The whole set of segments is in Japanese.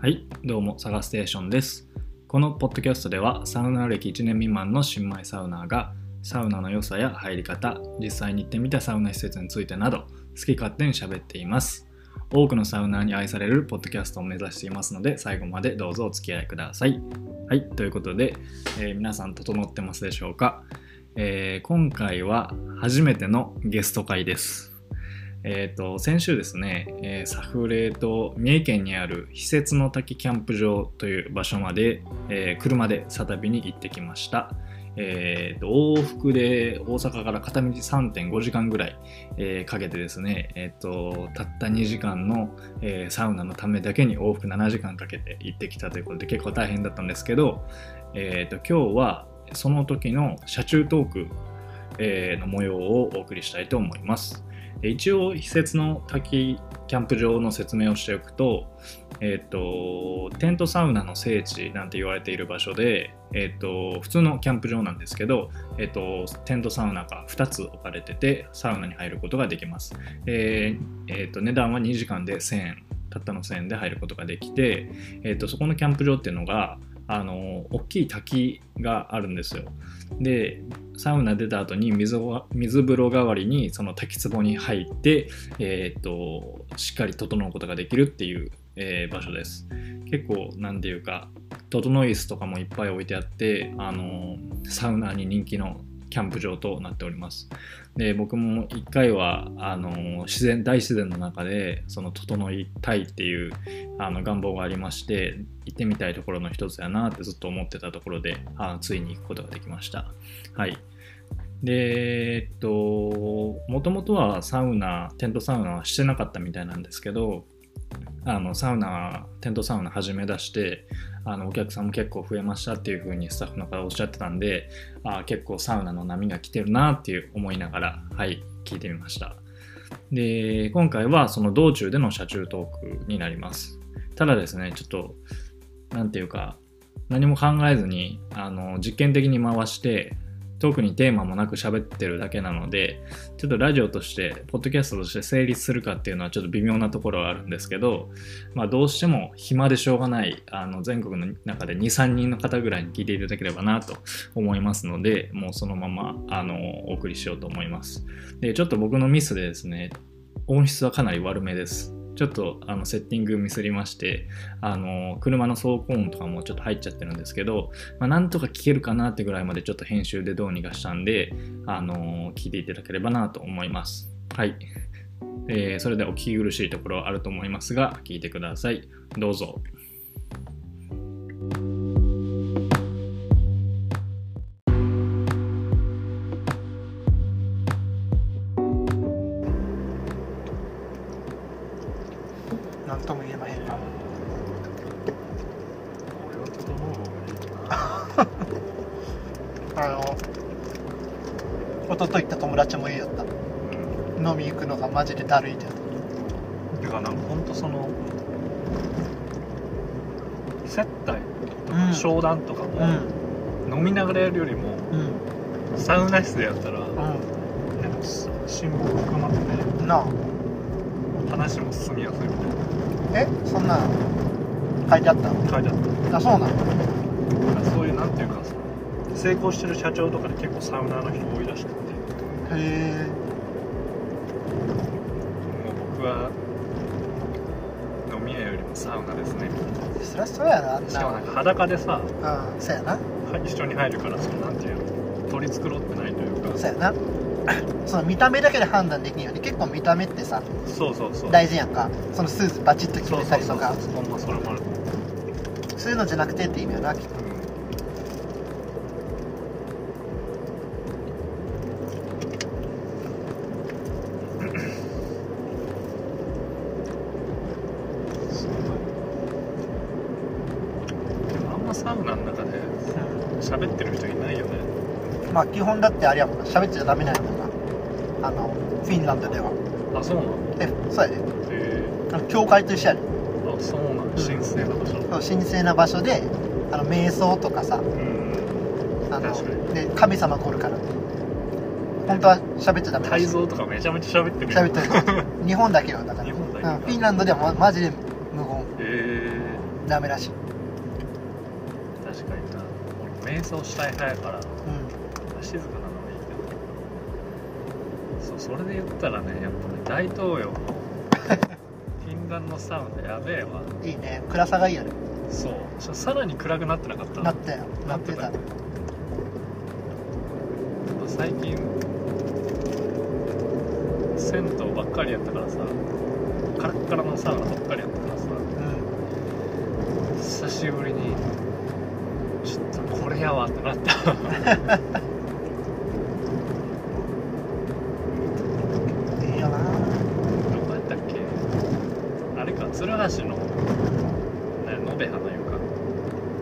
はい、どうも、サガステーションです。このポッドキャストでは、サウナ歴1年未満の新米サウナーが、サウナの良さや入り方、実際に行ってみたサウナ施設についてなど、好き勝手に喋っています。多くのサウナーに愛されるポッドキャストを目指していますので、最後までどうぞお付き合いください。はい、ということで、えー皆さん整ってますでしょうか、えー今回は初めてのゲスト会です。えー、と先週ですね、えー、サフレーと三重県にある非設の滝キャンプ場という場所まで、えー車でサタビに行ってきました、えー、と往復で大阪から片道3.5時間ぐらい、えーかけてですね、えー、とたった2時間の、えーサウナのためだけに往復7時間かけて行ってきたということで結構大変だったんですけど、えー、と今日はその時の車中トーク、えーの模様をお送りしたいと思いますで一応施設の滝キャンプ場の説明をしておくと,、えっとテントサウナの聖地なんて言われている場所で、えっと普通のキャンプ場なんですけど、えっとテントサウナが2つ置かれててサウナに入ることができます、えーえっと値段は2時間で1000円たったの1000円で入ることができて、えっとそこのキャンプ場っていうのがあの大きい滝があるんですよでサウナ出た後に水を水風呂代わりにその滝壺に入って、えーっとしっかり整うことができるっていう、えー場所です結構なんていうか整い椅子とかもいっぱい置いてあって、あのーサウナーに人気のキャンプ場となっておりますで僕も一回はあのー自然大自然の中でその整いたいっていうあの願望がありまして行ってみたいところの一つやなってずっと思ってたところであのついに行くことができましたはい。で、えっと、もともとはサウナ、テントサウナはしてなかったみたいなんですけど、あのサウナ、テントサウナ始め出して、あのお客さんも結構増えましたっていう風にスタッフの方おっしゃってたんで、あー結構サウナの波が来てるなっていう思いながら、はい、聞いてみました。で、今回はその道中での車中トークになります。ただですね、ちょっと、なんていうか、何も考えずに、あの実験的に回して、特にテーマもなく喋ってるだけなのでちょっとラジオとしてポッドキャストとして成立するかっていうのはちょっと微妙なところはあるんですけど、まあ、どうしても暇でしょうがないあの全国の中で23人の方ぐらいに聞いていただければなと思いますのでもうそのままあのお送りしようと思いますでちょっと僕のミスでですね音質はかなり悪めですちょっとあのセッティングミスりましてあの車の走行音とかもちょっと入っちゃってるんですけど、まあ、なんとか聞けるかなってぐらいまでちょっと編集でどうにかしたんで、あのー聞いていただければなと思います。はい。えーそれではお聞き苦しいところはあると思いますが、聞いてください。どうぞ。なんとも言えまへんな。俺は整う方がいいかあの、一昨日行った友達も言いよった。飲み行くのがマジでだるいってやつな。てかなんかほんとその接待とうかん商談とかうもん、飲みながらやるよりもうん、サウナ室でやったらなんかう辛抱含まってねん。なあ、話も進みやすいみたいえそんなん書いてあっな書いてあったたあ、そうなんだからそういうなんていうかその成功してる社長とかで結構サウナーの人多いらしくてへえ。もう僕は飲み屋よりもサウナですねそりゃそうやな、あんしかもななんか裸でさ。うん、そうやな。一緒に入るからそのなんていうの取り繕ってないというかそうやな。その見た目だけで判断できんよね。結構見た目ってさ、そうそうそう大事やんか。そのスーツバチッと決そうめそたうりそとうか。ほんまそれもあるそういうのじゃなくてって意味やな。でもあんまサウナの中で喋ってる人いないよねまあ基本だってあれやもんな。喋っちゃダメなんやもんな。あの、フィンランドでは。あそうなのえ、そうやで。へえあの教会と一緒やで。あそうなの神聖な場所神聖な場所であの瞑想とかさうんあ確かので神様来るから本当は喋っちゃダメだ泰し造とかめちゃめちゃ喋ってる 喋ってる日本だけよだから日本だけうん、フィンランドではまマジで無言ええダメらしい、確かにな俺瞑想したい派やからう静かなのはいいけどそうそれで言ったらねやっぱね大東 洋のフィンランドサウンドやべえわん、いいね暗さがいいよねそうちょさらに暗くなってなかったなったよなってたちょっと最近銭湯ばっかりやったからさカラッカラのサウナばっかりやったからさうん久しぶりにちょっとこれやわってなったいいよなどこやったっけあれか鶴橋のね延べ花湯か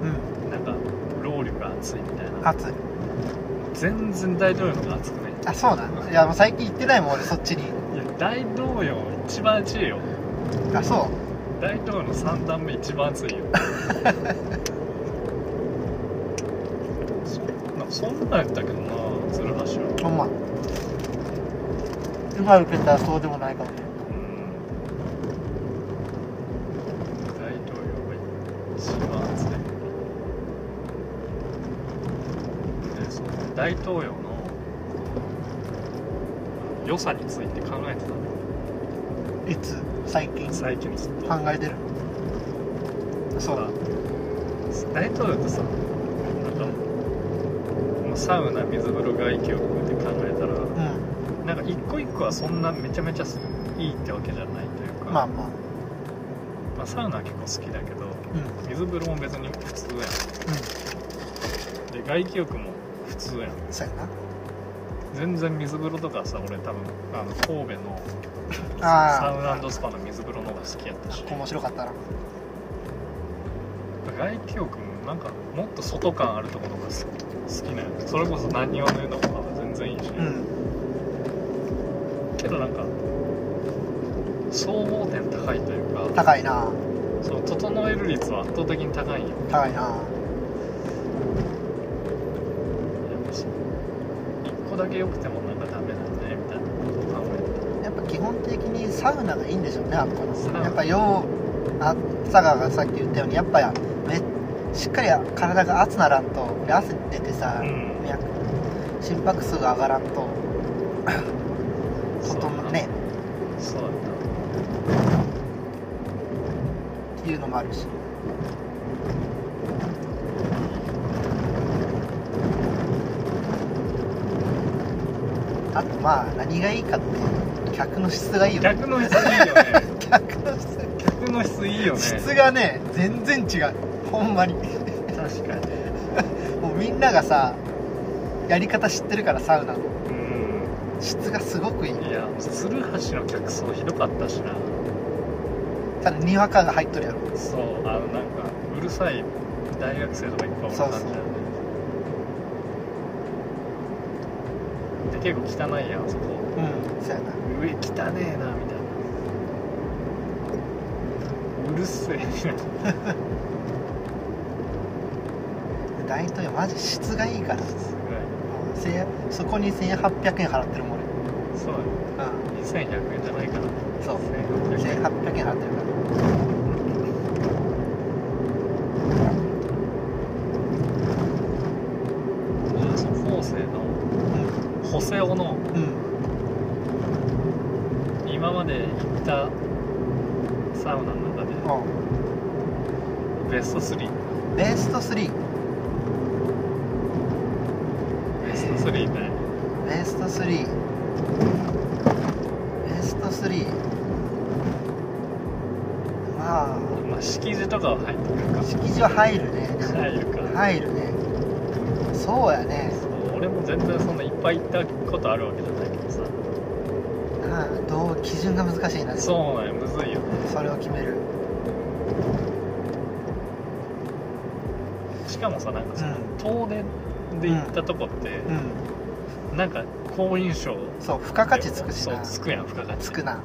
うんなんかロウリュが熱いみたいな暑い全然大統領の方が熱くないあそうなんいやもう最近行ってないもん俺そっちにいや大統領一番熱いよあそう大統領の3段目一番熱 いよそんなそんなんやったけどな鶴橋はほんま今受けたらそうでもないかもねうん大統領が一番熱いでその大統領の良さについて考えてたのいつ最近考最近ずっとえてるそうだ大統領ってさなんかもうサウナ水風呂外気浴って考えたらうんなんか一個一個はそんなめちゃめちゃいいってわけじゃないというか、まあまあまあサウナは結構好きだけどうんうん水風呂も別に普通やんで外気浴も普通やんそうや全然水風呂とかさ俺多分あの神戸のなサああウナスパの水風呂の方が好きやったし面白かったな外気浴もなんかもっと外感あるところが好きなんやそれこそ何をの湯とかは全然いいし、うんけどなんか総合点高いというか高いなその整える率は圧倒的に高いんよ高いなやっぱし1個だけ良くてもなんかダメだねみたいなことを考えやっぱ基本的にサウナがいいんでしょうねあっこサウのナやっぱようあ佐川がさっき言ったようにやっぱやめしっかり体が熱ならんと俺汗出てさ、てうんいや心拍数が上がらんとそうとだんなねそうだっっていうのもあるしあとまあ何がいいかって客の質がいいよたね逆の質いいよね客の質逆の質いいよね 質がね全然違うほんまに確かにもうみんながさやり方知ってるからサウナのう質がすごくいいんいや鶴橋の客層ひどかったしなただにわかが入っとるやろそうあのなんかうるさい大学生とかいっぱいおる感じだよねで結構汚いやんそこうんそうやな上汚ねえなみたいなうるせえ大統領マジ質がいいからすごいもうせそこに1800円払ってるもんそうだよ俺うん2100円じゃないかなそう1800円1800円払ってるからその後世のう補正をのんうん今まで行ったサウナの中でベスト3ベスト3ベスト3ねベスト3ベスト3まあまあ敷地とかは入ってくるか敷地は入るね入るか、入るねそうやねそう俺も全然そんないっぱい行ったことあるわけじゃないけどさああどう基準が難しいなそうなんやむずいよねそれを決めるしかもさなんかうさ、ん遠出で行ったとこって、うんなんか好印象そう付加価値つくしそうなつくやん付加価値つくな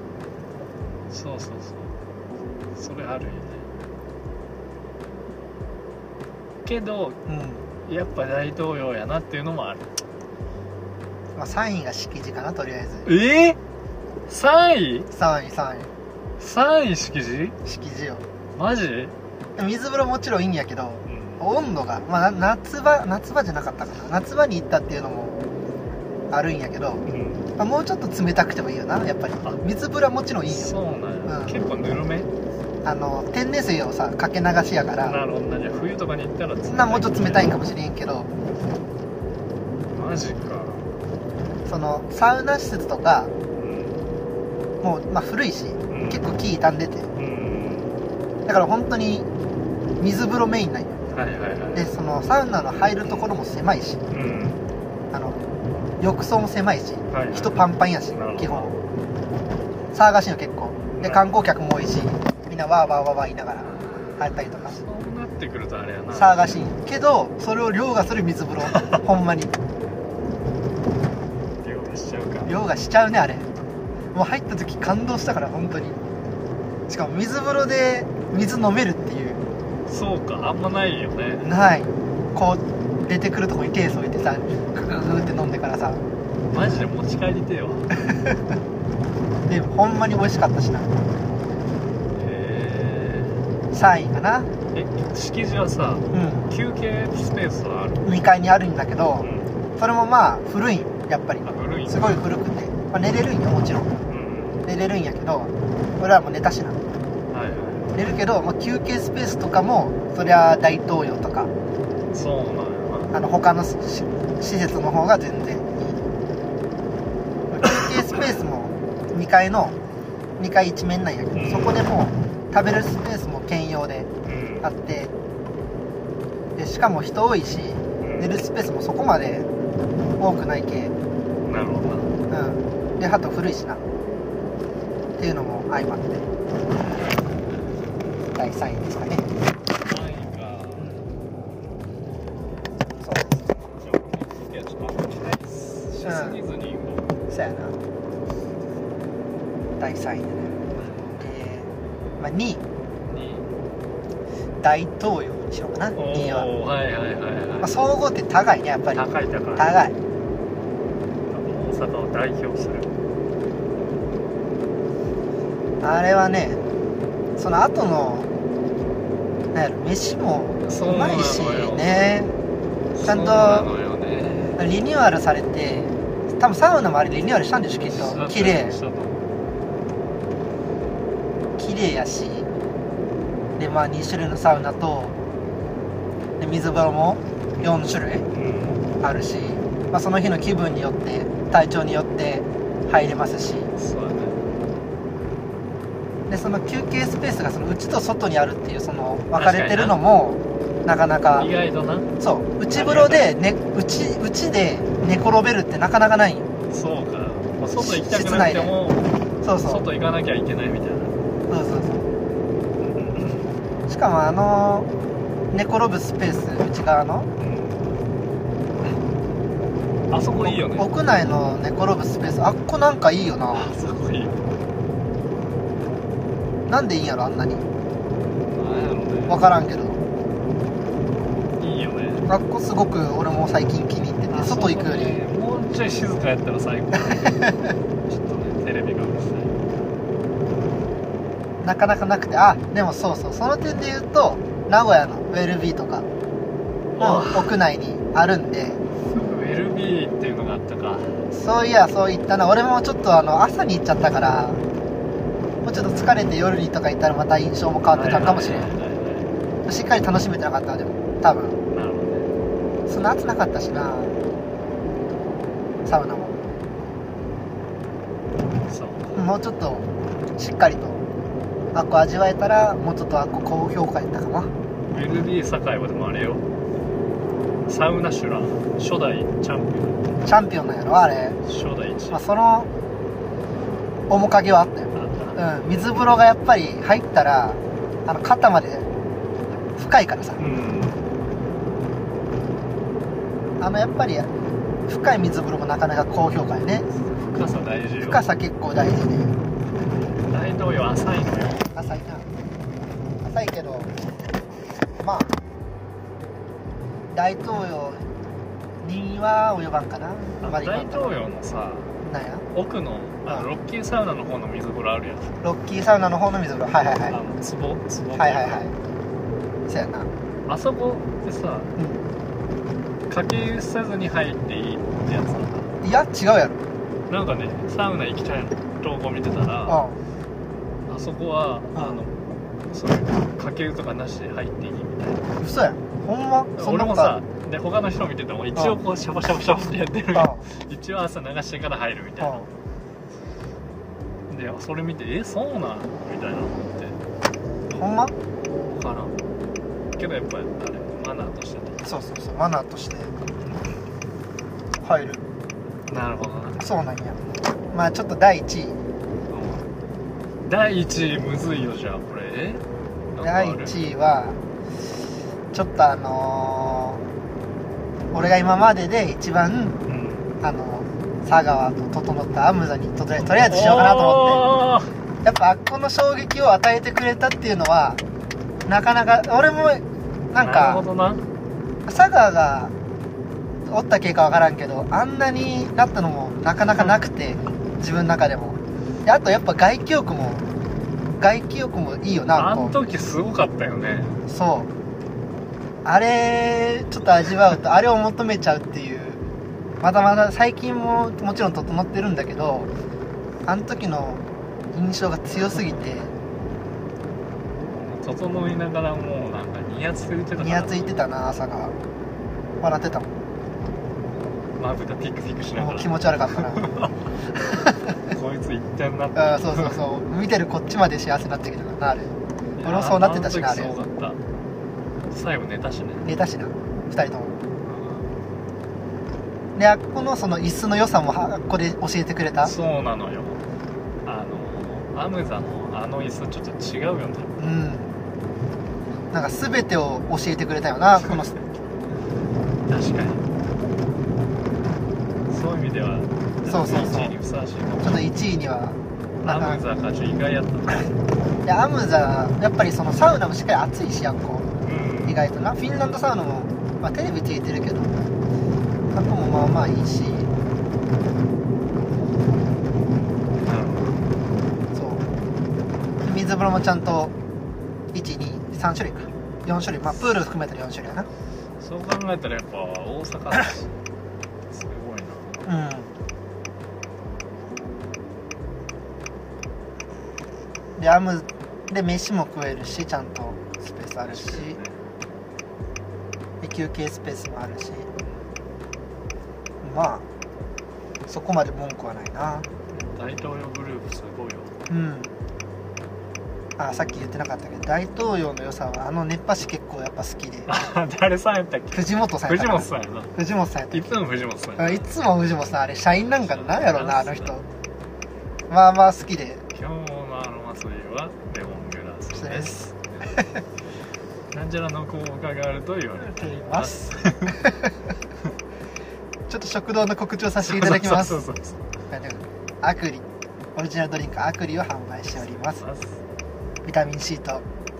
そうそうそうそれあるよねけどうんやっぱ大統領やなっていうのもあるまあ3位が敷地かなとりあえずええ ?3 位3位3 ?3 位敷地位敷地よマジで水風呂もちろんいいんやけどうん温度が、まあ、な夏場夏場じゃなかったかな夏場に行ったっていうのもあるんやけど、うんまあ、もうちょっと冷たくてもいいよなやっぱりあ水風呂はもちろんいいよそうなんや、うん結構ぬるめあの天然水をさかけ流しやからなるほどなじゃあ冬とかに行ったら冷たいそんなもうちょっと冷たいんかもしれんけどマジかそのサウナ施設とかうんもう、まあ、古いしうん結構木傷んでてうんだから本当に水風呂メインなんよはいはいはいでそのサウナの入るところも狭いしうんあの浴槽も狭いしはいはい人パンパンやしなるほど基本騒がしいの結構で観光客も多いしみんなわーわーわーわー言いながら入ったりとかそうなってくるとあれやな騒がしいけどそれを凌駕する水風呂ほんまに料理しちゃうか凌駕しちゃうねあれもう入った時感動したから本当にしかも水風呂で水飲めるっていうそうかあんまないよねないこう出てくるとこに手添えてさググググって飲んでからさマジで持ち帰りてえわでほんまに美味しかったしなえ3位かなー、え敷地はさう休憩スペースはあるん2階にあるんだけうどんそれもまあ古いんやっぱりあ古いすごい古くて、まあ、寝れるんよもちろんうん寝れるんやけど俺らも寝たしなはいは寝るけど、まあ、休憩スペースとかもそりゃ大東洋とかいそうなんやなあの他のし施設の方が全然いい休憩スペースも2階の2階一面なんやけどそこでもう食べるスペースも兼用でうんあってでしかも人多いしうん寝るスペースもそこまで多くないけなるほどなうんであと古いしなっていうのも相まって第3位ですかねないかじゃあ俺も次はちょっとあんまそう期待しすぎずにこうそやな第3位だねで、まあ、2位に大東洋にしようかなお2位は、おはいはいはいまあ、はい総合って高いねやっぱり高い高い高大い阪を代表するあれはねその後のなんやろ飯もそうなまのいしよねちゃんそうとなのよねリニューアルされて多分サウナもあれリニューアルしたんでしょきっと綺麗そうだ綺麗やしでまあ2種類のサウナとで水風呂も4種類うんあるし、まあ、その日の気分によって体調によって入れますしそうだねでその休憩スペースがその内と外にあるっていうその分かれてるのもなかなか意外となそう内風呂で、ね、内内で寝転べるってなかなかないんよそうか、まあ、外行きたくなくてもそうそうそう外行かなきゃいけないみたいなそうそうしかもあの寝転ぶスペース内側のあそこいいよね屋内の寝転ぶスペースあっこなんかいいよなあそこいいよなんでいいんやろあんなになんやろ分からんけどねいいよねあっこすごく俺も最近気に入ってて外行くよりあそこねもうちょい静かやったら最高ちょっとねテレビがうるさいなかなかなくてあでもそうそうその点で言うと名古屋のウェルビーとかもあ屋内にあるんでウェルビーっていうのがあったかそういやそういったな俺もちょっとあの朝に行っちゃったからもうちょっと疲れて夜にとか行ったらまた印象も変わってたのかもしれはいはいはいはんしっかり楽しめてなかったわでも多分いなるほどねそんな暑なかったしなサウナもそうもうちょっとしっかりとあっこ味わえたらもうちょっとあっこ高評価やったかなウェルビー堺はでもあれよサウナシュラー初代チャンピオンチャンピオンなんやろあれ、初代一まあ、その面影はあったよあったうん、水風呂がやっぱり入ったらあの肩まで深いからさうんあのやっぱり深い水風呂もなかなか高評価やね深さ大事よ深さ結構大事で大統領浅いのよ浅いな浅いけどまあ大東洋には及ばんかなあま大り今んとこ統領のさなんや奥のあのロッキーサウナの方の水風呂あるやんロッキーサウナの方の水風呂はいはいはいあの壺壺はいはいはいそうやなうんあそこってさかけさずに入っていいってやつなんだいや違うやろなんかねサウナ行きたい投稿見てたらあそこはあのそういうかけ湯とかなしで入っていいみたいなうん嘘やんほんまそん俺なもことあさ るで他の人見てても一応こうシャバシャバシャバってやってる一応朝流してから入るみたいなでそれ見てえそうなんみたいな思ってうんほんま分からんけどやっぱりあれマナーとしてねそうそうそうマナーとして入るなるほどなそうなんやまあちょっと第1位うん第1位むずいよじゃあこれえ第位1位はちょっとあのー俺が今までで一番うんあの佐川と整ったアムザにとりあえずとりあえずしようかなと思ってってやっぱあっこの衝撃を与えてくれたっていうのはなかなか俺もななんるほかどな佐川がおった系かわからんけどあんなになったのもなかなかなくて自分の中でもであとやっぱ外気浴も外気浴もいいよなああんっこ時すごかったよねそうあれちょっと味わうとあれを求めちゃうっていうまだまだ最近ももちろん整ってるんだけどあの時の印象が強すぎて整いながらもうなんかニヤついてたからにやついてたな朝が笑ってたもんまぶたピクピクしなもがうら気持ち悪かっ たなこいつ言ってんなってあーそうそ うそう見てるこっちまで幸せになってきたからなあれ俺もそうなってたしなあれあの時そうだった最後寝たしね寝たしな2人ともであっこのその椅子の良さもはあっこで教えてくれたそうなのよあのアムザのあの椅子ちょっと違うよねうんなんか全てを教えてくれたよなこの確かにそういう意味ではそうそうそう1位にふさわしいかもちょっと1位にはなんかアムザがちょっと意外やったないやアムザやっぱりそのサウナもしっかり暑いしやっこうん意外となフィンランドサウナも、まあ、テレビついてるけど過去もまあまあいいしなるほどそう水風呂もちゃんと123種類か4種類まあプール含めたら4種類やなそう考えたらやっぱ大阪だしすごいなうんでアムで飯も食えるしちゃんとスペースあるしで休憩スペースもあるしまあそこまで文句はないな大統領グループすごいようんあさっき言ってなかったけど大統領の良さはあの熱波師結構やっぱ好きであ誰さんやったっけ藤本さんやっ藤たかな本さんやな藤本さんやったいつも藤本さんやあいつも藤本さんあれ社員なんかなんやろなあの人まあまあ好きで今日のあの祭りはレモングラスですなんちゃらの効果があると言われてい ますちょっと食堂の告知をさせていただきますそうそうそうそうアクリオリジナルドリンクアクリを販売しておりますビタミン C と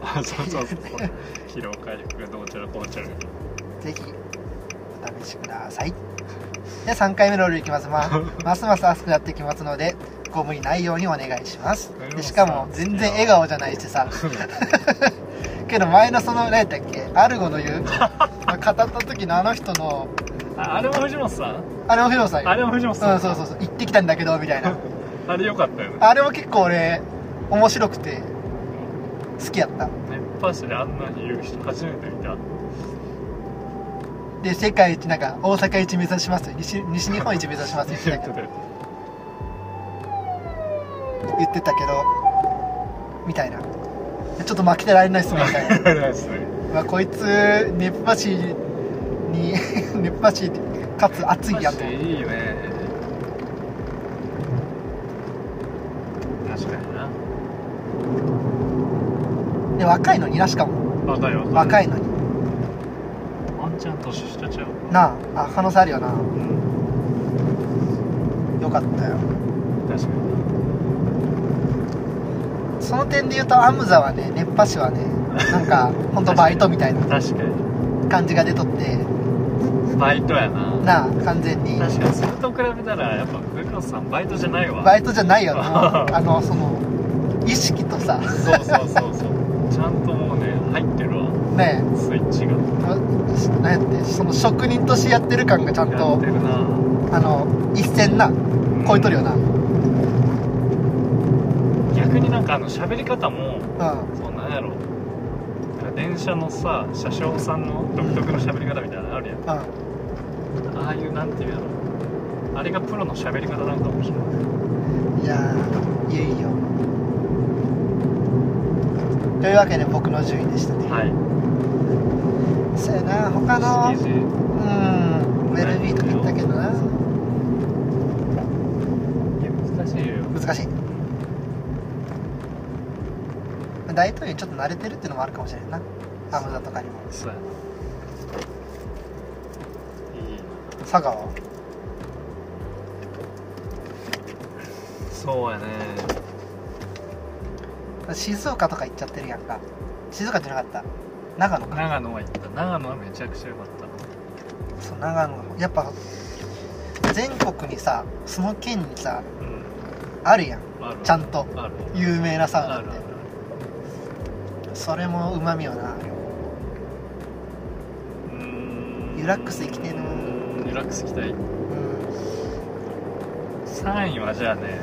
あそうそうそう疲労回復がどうちゃらこうちゃらぜひお試しくださいで3回目のルールいきます、ま あ、ますます熱くなってきますのでご無理ないようにお願いしますでしかも全然笑顔じゃないし さけど前のその何やったっけアルゴの 言うまあ語った時のあの人のああれも藤本さんあれもヒロさんよあれも藤本さんうんそうそうそう行ってきたんだけどみたいなあれよかったよねあれも結構俺面白くて好きやった熱波師であんなに言う人初めて見たで世界一なんか大阪一目指します西西日本一目指しますって言ってたけど言ってたけどみたいなちょっと負けてられないっすねみたい なまあこいつ熱波師に 熱波師かつ熱いや熱と波師いいね確かになで若いのになしかも若い若い若いのにワンちゃん年下ちゃうなああ可能性あるよなうんよかったよ確かにその点で言うとアムザはね熱波師はねなんかほんとバイトみたいな確かに感じが出とってバイトやななあ完全に確かにそれと比べたらやっぱ藤本さんバイトじゃないわバイトじゃないよな あのその意識とさそうそうそうそうちゃんともうね入ってるわねその職人としてやってる感がちゃんやっとてるなあの一線な超えとるよなうん逆になんかあの喋り方もそうなんやろなんか電車のさ車掌さんの独特の喋り方みたいなのあるやんうああいうなんていうやろあれがプロの喋り方なんかもしれないんいやーいよいよというわけで僕の順位でしたね、はいそうやな他のイージうんベルビーとか言ったけどなーいや難しいよ難しい大統領にちょっと慣れてるっていうのもあるかもしれんなアムザとかにもそうやないい佐賀はそうやね静岡とか行っちゃってるやんか静岡じゃなかった長野か長野は行った長野はめちゃくちゃ良かったそう長野やっぱ全国にさその県にさうんあるやんあるちゃんとある有名なサウあナるあるってそれもうまみよなうーんリラックス生きてえなリラックス行きたいうん3位はじゃあね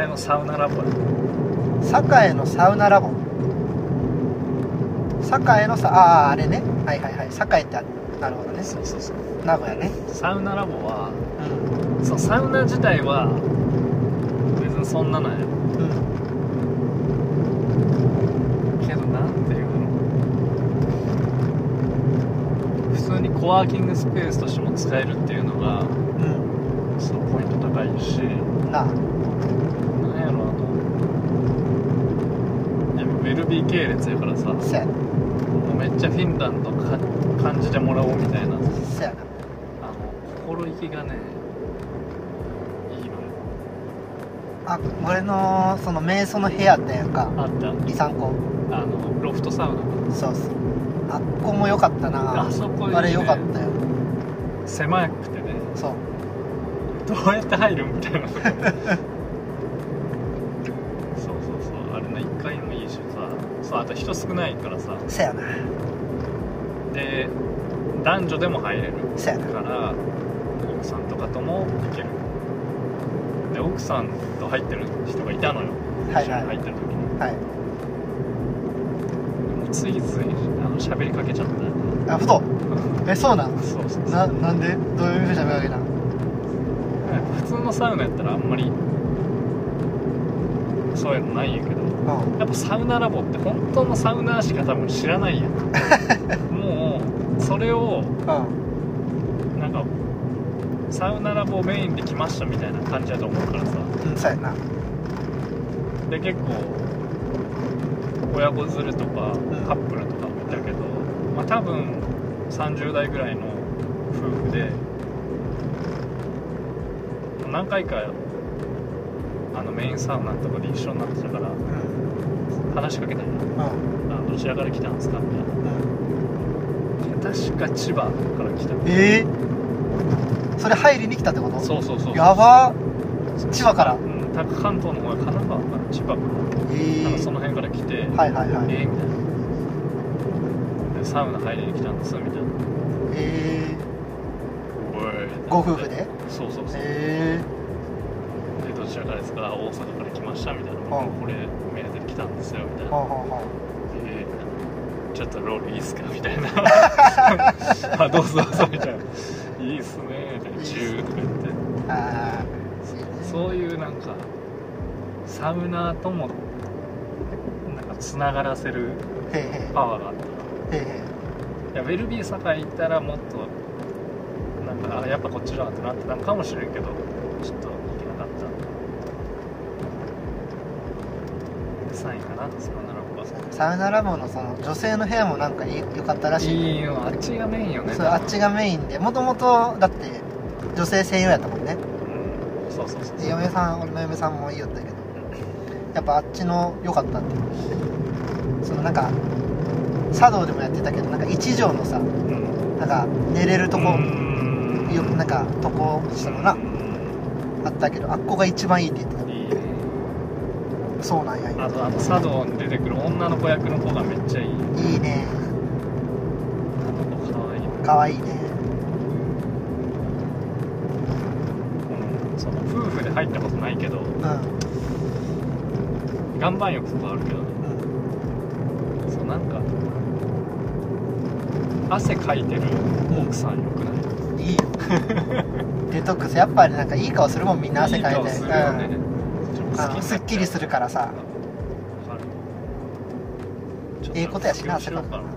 栄のサウナラボ堺のサウナラボ堺のさあああれねはいはいはい堺ってあなるほどねそうそうそう名古屋ねサウナラボはうそうサウナ自体は別にそんななんやんうんけどなんていうの普通にコワーキングスペースとしても使えるっていうのがそのポイント高いしうんなあなんやろあのやっぱウェルビー系列やからさもそうやめっちゃフィンランドか感じてもらおうみたいなそやなあの心意気がねいいのよあ俺のその瞑想の部屋あったやんかあった理三校あのロフトサウナそうっすあっこも良かったなあそこいいねあれ良かったよ狭くてねそうどうやって入るんみたい なそうそうそうあれの1階もいいしさそうあと人少ないからさそやなで男女でも入れるそやなだから奥さんとかとも行けるで奥さんと入ってる人がいたのよはい一緒にはい入ってる時にはいもうついついあの喋りかけちゃったよねあふとえそうなん そうそうそうななんでどういうふうに喋るわけな普通のサウナやったらあんまりそういうのないんやけどうんやっぱサウナラボって本当のサウナーしか多分知ら ないやんもうそれをうんなんかサウナラボメインで来ましたみたいな感じだと思うからさうんそうやなで結構親子連れとかんカップルとかもいたけど、まあ、多分30代ぐらいの夫婦で何回かあのメインサウナのとこで一緒になってたからうん話しかけたりうんあどちらから来たんですかみたいなうん確か千葉から来たええそれ入りに来たってことそうそうそうやば千葉からうん、多分関東の方が神奈川から千葉からええなんかその辺から来て、はいはいはいえーみたいなでサウナ入りに来たんですみたいなええごご夫婦でそうそうそうえでどちらからですか大阪から来ましたみたいなはいこれ目当てで来たんですよみたいなえほうほうほえーちょっとロールいいっすかみたいなあどうぞどうぞみたいないいっすねみたいな10とか言ってうああそういうなんかサウナーともなんかつながらせるへえパワーがあったへえへえへいやウェルビー堺行ったらもっとなんかあやっぱこっちだってなってたのかもしれんけどちょっと行けなかった3位かなそのならばえサウナラボのその女性の部屋もなんかいい良かったらしいいいよあっちがメインよねそうあっちがメインでもともとだって女性専用やったもんねうんそうそうそうで嫁さん俺の嫁さんもいいよったけどやっぱあっちの良かったってそのなんか茶道でもやってたけどなんか一畳のさうんなんか寝れるとこ、うんよくなんかとこしたのなうんあったけどあっこが一番いいって言っていいねたそうなんやあとあと茶道に出てくる女の子役の子がめっちゃいいあいいねの子かわいいなかわいいねうんその夫婦で入ったことないけどうん岩盤浴とかあるけどねうんそうなんか汗かいてる奥さんよくない いいよデトックスやっぱりなんかいい顔するもんみんな汗かいて顔するよねうんあのすっきりするからさわかるええことやしなちょっと勉汗か強しくよ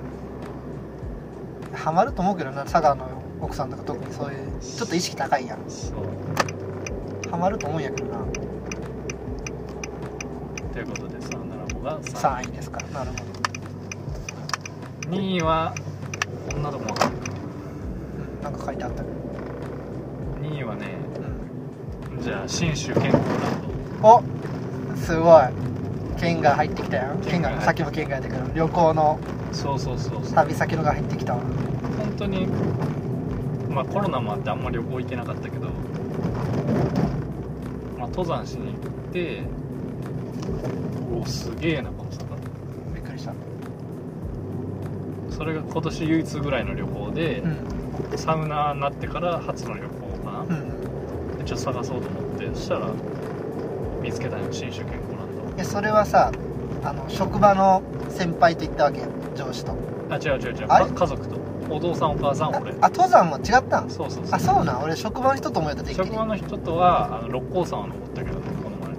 ハマると思うけどな佐賀の奥さんとか特にそういうちょっと意識高いやんうかなそうハマると思うんやけどなということでサウナラボが3 3位ですからなるほ位2位は女どもどなんか書いてあったけど2位はねじゃあ信州健康ランおすごい県外入ってきたやん県県外外さっきも県外だけど旅行のドそうそうそうそう旅先のが入ってきたわ本当にまあコロナもあってあんまり旅行行けなかったけど、まあ、登山しに行っておすげえなこの坂びっくりしたそれが今年唯一ぐらいの旅行でう、んサウナーになってから初の旅行かうな、んでちょっと探そうと思ってそしたら見つけたの信州健康ランえそれはさあの職場の先輩と行ったわけや上司とドあ違う違う違うあれか家族とお父さんお母さんあ俺あ登山も違ったんそうそうそあうそうなん俺職場の人と思えたてっき職り場の人とはあの六甲山を登ったけどねこの前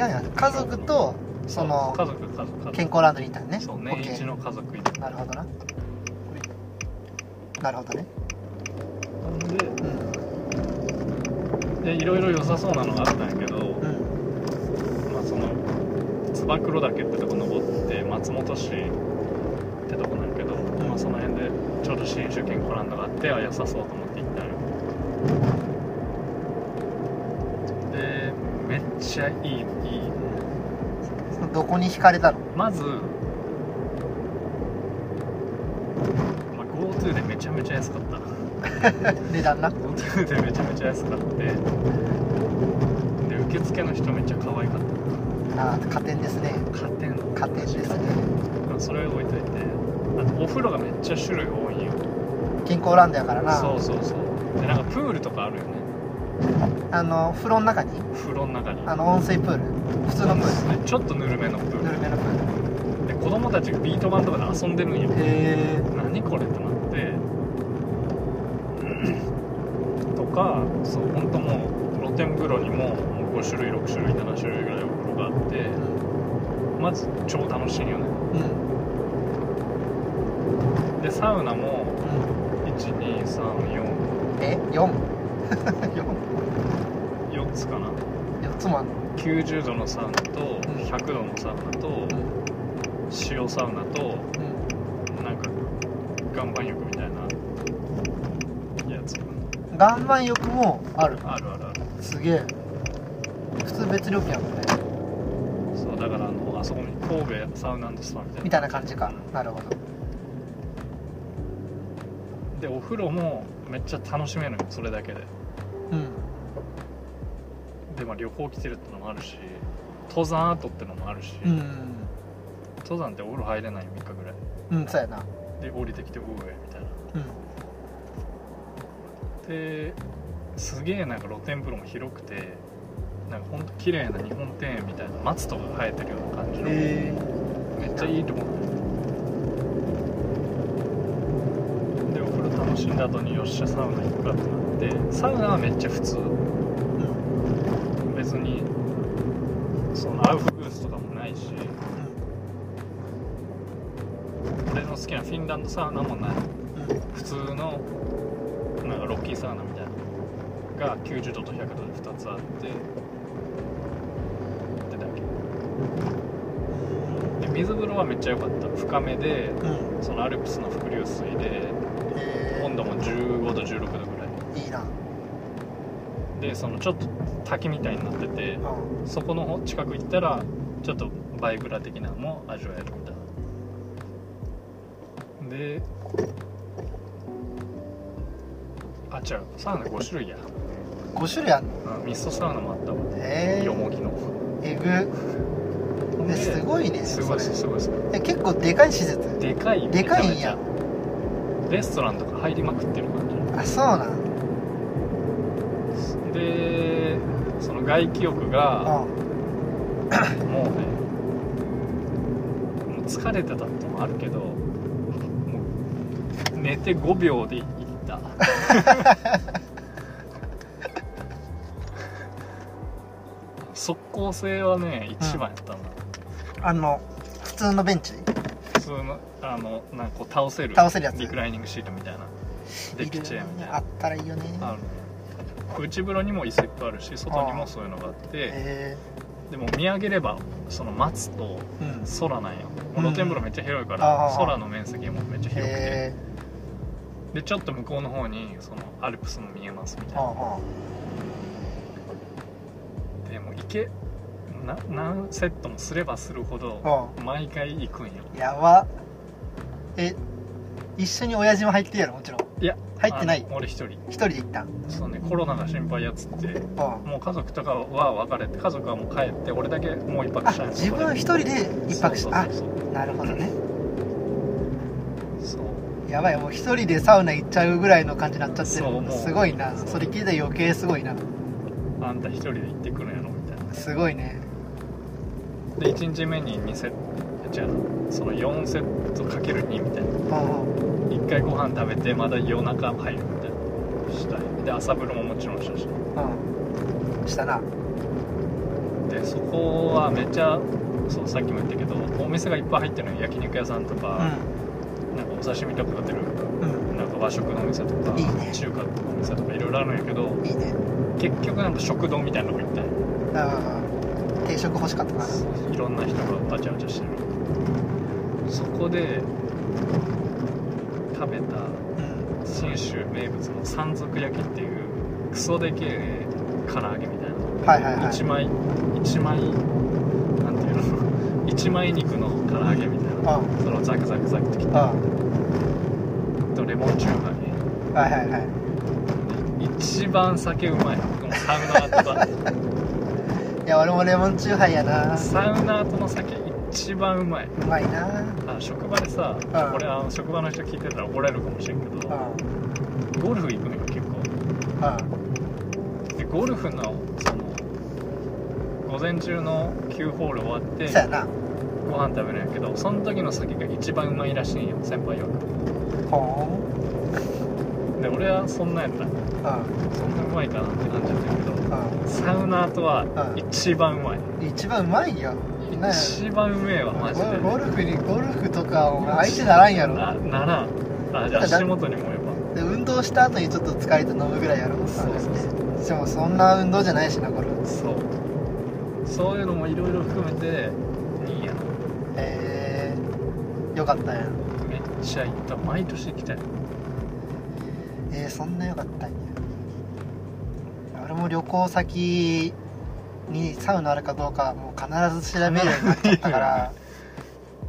あ違うんや家族とその家族家族家族健康ランドに行ったんねそう OK 年一の家族いてなるほどななるほどねうんででいろいろ良さそうなのがあったんやけど、うんまあその燕岳ってとこ登って松本市ってとこなんやけど、まあ、その辺でちょうど新州健康ランドがあってあ良さそうと思って行ったんよでめっちゃいいいいそのどこに惹かれたのまず、まあ、GoTo でめちゃめちゃ安かった値段な GoTo でめちゃめちゃ安かってで受付の人めっちゃ可愛かっあ加点ですねた勝てんの加点ですねまあそれを置いといてあとお風呂がめっちゃ種類多いんよ健康ランドやからなそうそうそうでなんかプールとかあるよねあの風呂の中にお風呂の中にあの温水プール普通のプーでちょっとぬるめのプルぬーるめのプールルで子供たちがビート板とかで遊んでるんよへ何これってなってうんとかそう本当もう露天風呂にももう5種類6種類7種類ぐらいお風呂があってえうんまず超楽しいよねうんでサウナも12344え四 四つかな四つもあんの90度のサウナと100度のサウナと塩サウナとうなんか岩盤浴みたいなやつん岩盤浴もあるあるあるあるすげえ普通別料金やもんねそうだからあのあそこに神戸サウナスパみたいなみたいな感じかなるほどでお風呂もめっちゃ楽しめるのよそれだけでうんで、まあ、旅行来てるってのもあるし登山アートってのもあるし、うん登山ってお風呂入れない3日ぐらいうんそうやなで降りてきておうえみたいなうんですげえなんか露天風呂も広くてなんかほんと綺麗な日本庭園みたいな松とかが生えてるような感じのめえっちゃいいと思ってでお風呂楽しんだ後によっしゃサウナ行くかってなってサウナはめっちゃ普通うん別にそのアウフグースとかもないし俺の好きなフィンランドサウナもない普通のなんかロッキーサウナみたいなのが90度と100度で2つあってってだけで水風呂はめっちゃ良かった深めでうんうんそのアルプスの伏流水でえ温度も15度16度ぐらいーいいなでそのちょっと滝みたいになっててうんそこの近く行ったらちょっとバイブラ的なのも味わえるみたいなであ違うサウナ5種類や5種類あんのあミストサウナもあったわえよーもぎのえぐねすごいねすごいですすごいですえ結構でかい施設でかいでかいんやめちゃめちゃレストランとか入りまくってる感じあそうなんうんでその外気浴がもうねもう疲れてたってのもあるけどもう寝て5秒で行った 即効性はね一番やったな、あの普通のベンチ普通のあのなんかこう倒せる倒せるやつリクライニングシートみたいなデッキチェアみたいあなったらいいよねある内風呂にも椅子いっぱいあるし外にもそういうのがあってえでも見上げればその松とえうん空なんようもんう露天風呂めっちゃ広いかあらー空の面積もめっちゃ広くてええでちょっと向こうの方にそのアルプスも見えますみたいあなあでもう池な何セットもすればするほどあ毎回行くんよあやばえ一緒に親父も入ってるやろもちろんいや入ってないあの俺一人一人で行ったんそうねコロナが心配やっつってうんもう家族とかは別れて家族はもう帰って俺だけもう一泊あしたんよ自分一人で一泊しそうたあそうなるほどねそうそうやばいもう一人でサウナ行っちゃうぐらいの感じになっちゃってそうるもうすごいなそれ聞いたら余計すごいなあんた一人で行ってくるんやろみたいなすごいねで1日目に2セット違うなその4セットかける2みたいなうん1回ご飯食べてまだ夜中入るみたいなしたいで朝風呂ももちろんしたしうんうんしたなでそこはめっちゃそうさっきも言ったけどお店がいっぱい入ってるのよ焼肉屋さんとか,、なんかお刺身とか売ってるうんなんか和食のお店とかいいね中華とかお店とかいろいろあるんやけどうんいいね結局なんか食堂みたいなのがいったいうん定食欲しかったないろんな人がわちゃわちゃしてるそこで食べたうん信州名物の山賊焼きっていうクソでけえ唐揚げみたいはいはいなはい一枚一枚なんていうの 一枚肉の唐揚げみたいなうそれをザクザクザクって切っんうんたとレモンチューハはいはいはいイ一番酒うまいこのサウナー とかいや俺もレモンチューハイやなうサウナーとの酒一番うまいまいなうあん職場でさうん俺あの職場の人聞いてたら怒られるかもしれんけどゴルフ行くのよ結構うでゴルフのその午前中の9ホール終わってんそうやなご飯食べるんやけどその時の酒が一番うまいらしいんよ先輩よほで俺はそんなんやったーんそんなうまいかなって感じだったけどうサウナーとはうん一番うまい、んうん一番うまいよね一番うめえわマジでゴルフにゴルフとかお前相手ならんやろなならんあじゃあ足元にもやっぱで運動した後にちょっと疲れて飲むぐらいやろそうそうそうでもそんな運動じゃないしなゴルフそうそういうのもいろいろ含めていいやなえー、よかったんやめっちゃ行った毎年行きたいえー、そんなよかったんや俺も旅行先にサウナあるかどうかもう必ず調べるようになっちゃったから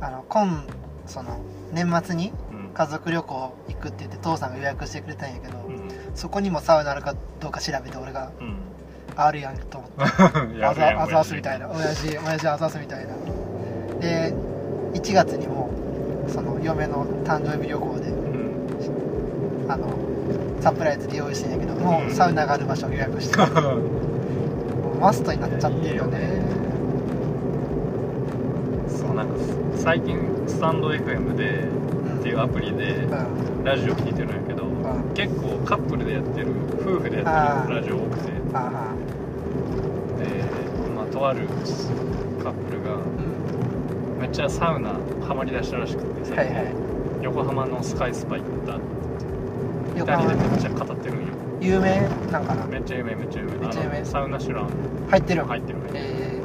あの今その年末にうん家族旅行行くって言って父さんが予約してくれたんやけど、うんそこにもサウナあるかどうか調べて俺がうあるやんと思ってん あやるやんざあざわすみたいな親父親父あざわすみたいなで1月にもその嫁の誕生日旅行でうんあのサプライズで用意してんやけどもうサウナがある場所を予約して もうマストになっちゃってるよねいいよそうなんか最近スタンド FM でうんっていうアプリでうんラジオ聞いてるんやけどん結構カップルでやってる夫婦でやあってーるラジオ多くてで、ああまあ、とあるカップルがうんめっちゃサウナハマりだしたらしくてさ、はいは横浜のスカイスパ行ったっていよく2人でめっちゃ語ってるんよ有名なんかなめっちゃ有名めっちゃ有名めっちゃ有名あのサウナシュラン入ってる入ってるねえ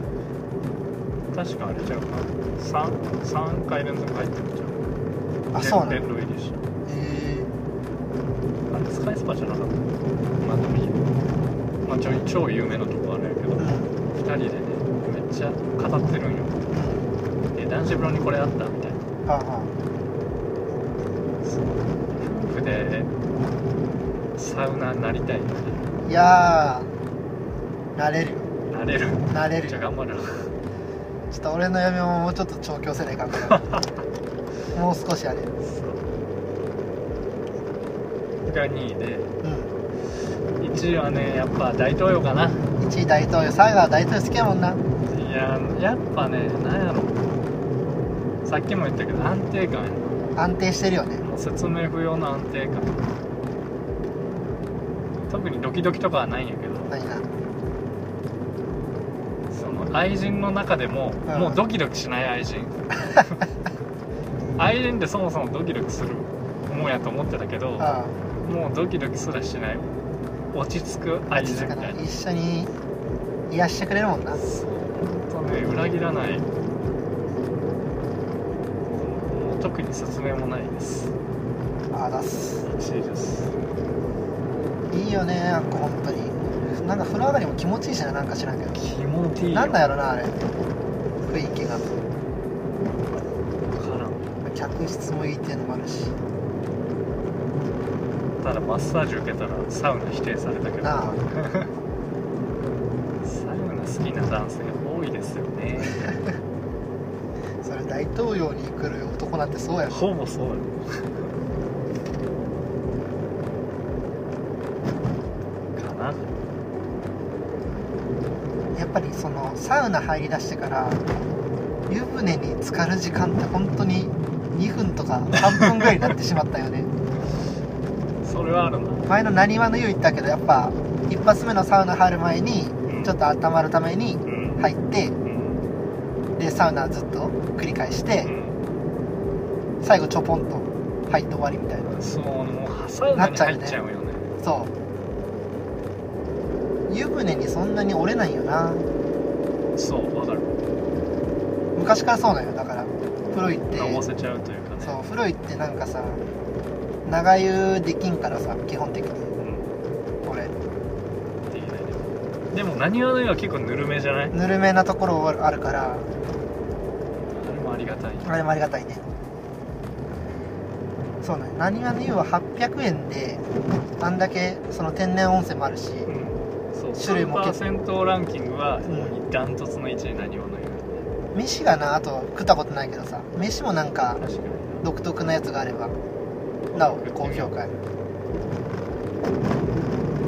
確かあれちゃうかな 3, 三回連続入ってるんちゃうー、あそうなんレだッドウィリッシュえあれスカイスパじゃなかったまあでもいいよまあちょい超有名なとこあるんやけど2ー、人でねめっちゃ語ってるんようんえ男子風呂にこれあったみたいなうんはあは夫婦でサウナーになりたいみたいあいやーなれるよななれるなれめっるちゃよ頑張るちょっと俺の嫁ももうちょっと調教せないかんから もう少しあれうそうが2位でん1位はねやっぱ大東洋かな1位大統領3位は大統領好きやもんないややっぱねなんやろさっきも言ったけど安定感やな安定してるよねもう説明不要の安定感特にドキドキとかはないんやけどないなその愛人の中でも、うんもうドキドキしない愛 人愛人ってそもそもドキドキするもんやと思ってたけど、あもうドキドキすらしない落ち着くあ愛人みたいな一緒に癒してくれるもんなそう本当ね裏切らないもう特に説明もないですあ出す1位ですいいよねあっこ本当になんか風呂上がりも気持ちいいしななんか知らんけど気持ちいいよなんだやろなあれ雰囲気がわからん客室もいいっていうのもあるしただマッサージ受けたらサウナ否定されたけどなあサウナ好きな男性多いですよねそれ大統領に来る男なんてそうやろほぼそうだねかなやっぱりそのサウナ入りだしてから湯船に浸かる時間って本当に2分とか3分ぐらいになってしまったよねそれはあるな前のなにわの湯行ったけどやっぱ一発目のサウナ入る前にちょっと温まるためにうん入ってうんでサウナずっと繰り返してうん最後ちょぽんと入って終わりみたいなそうもうサウナに入っちゃうよねそう湯船にそんなに折れないよなそうわかる昔からそうなんよだからプロ行って合わせちゃうというかねそう風呂行ってなんかさ長湯できんからさ基本的にうん俺できないねでも何わの湯は結構ぬるめじゃないぬるめなところあるかあられもありがたいあれもありがたいねそうね何わの湯は800円であんだけその天然温泉もあるしうんそう種類もスーパー結銭湯ランキングはもうダントツの1位何わの湯飯がなあと食ったことないけどさ飯もなんか確かに独特なやつがあればなお高評価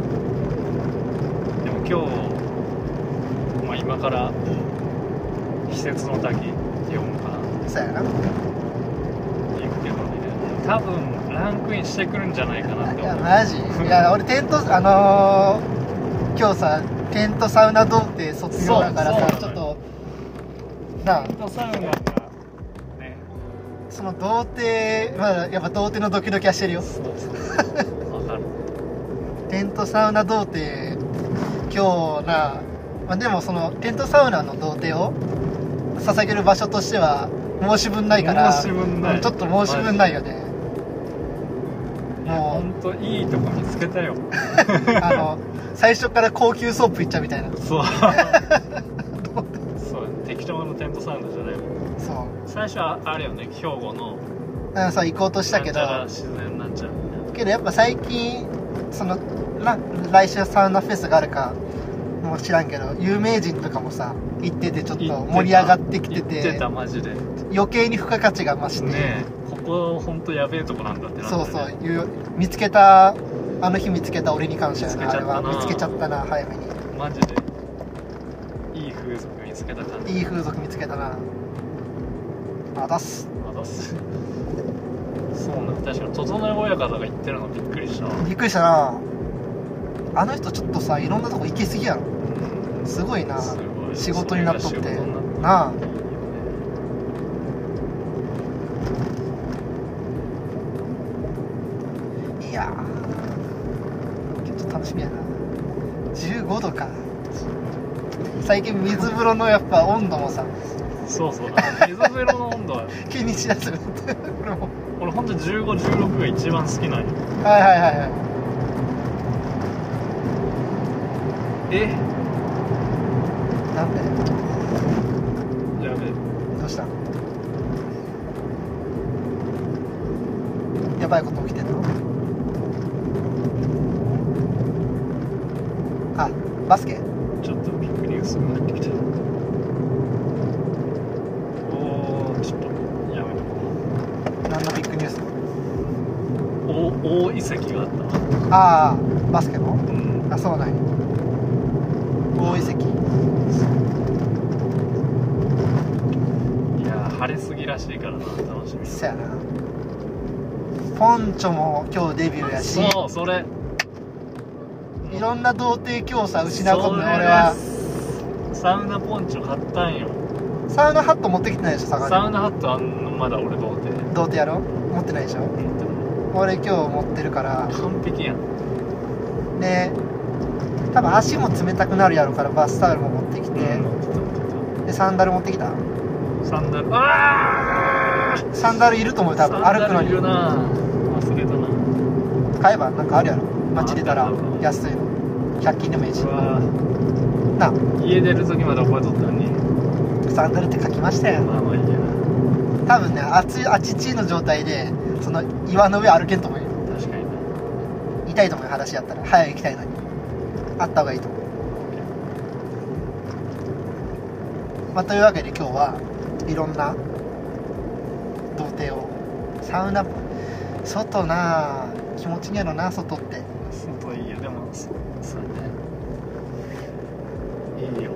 でも今日、まあ、今からうん「季節の滝」読むかなそうやな行くけどね多分ランクインしてくるんじゃないかなっていや思うマジいや俺テントあのー、今日さテントサウナドンって卒業だからさそうちそょうっとなあとサウナがねその童貞まあやっぱ童貞のドキドキはしてるよそうそうわかるテントサウナ童貞今日なあ、まあ、でもそのテントサウナの童貞を捧げる場所としては申し分ないから申し分ないちょっと申し分ないよねいやほもうんといいとこ見つけたよあの最初から高級ソープいっちゃうみたいな そうそう適当なテントサウナじゃないそう最初はあれよね兵庫のうんそう行こうとしたけどなんちゃら自然なんちゃらみたいなけどやっぱ最近そのな来週サウナフェスがあるかも知らんけど有名人とかもさ行っててちょっと行ってた盛り上がってきてて行ってたマジで余計に付加価値が増して、ねえここほんとやべえとこなんだってなったそねうそういう見つけたあの日見つけた俺に感謝や見なつあけちゃれったなは見つけちゃったな早めにマジでいい風俗見つけた感じいい風俗見つけたなあ出すあだすそうなん確かに整え親方が言ってるのびっくりしたわびっくりしたなあの人ちょっとさいろんなとこ行きすぎやろうんすごいなすごい仕事になっとってそれが仕事になっなあたいいよねいやーちょっと楽しみやな15度か最近水風呂のやっぱ温度もさそうそうあ水風呂の 温度は気にしだする 俺も俺ほんと1516が一番好きなんよはいはいはいはえいなんでやべえどうしたやばいこと起きてんのあバスケちょっとびっくり薄くなってきたニュースお大遺跡があったわああバスケのうんあそうなんや大遺跡いやー晴れすぎらしいからな楽しみそやなポンチョも今日デビューやしそうそれいろんな童貞教唆失うことねそれ俺はサウナポンチョ買ったんよサウナハット持ってきてないでしょ佐サ賀ウナハットあんのまだ俺童貞に童貞やろ持ってないでしょ俺今日持ってるから完璧やんで多分足も冷たくなるやろからバスタオルも持ってきて、でサンダル持ってきたサンダルああサンダルいると思う多分歩くのいるにな忘れたな買えばなんかあるやろ街出たあらるある安いの100均でもいいしうわな家出る時まで覚えとったのにサンダルって書きましたよまあまあいいや多分ね熱いあちちの状態でその岩の上歩けんと思うよ確かにな痛いと思うよ話やったら早く行きたいのにあった方がいいと思う、まあ、というわけで今日はいろんな童貞をサウナ外なあ気持ちいいやろな外って外いいよでもそそうねいいよ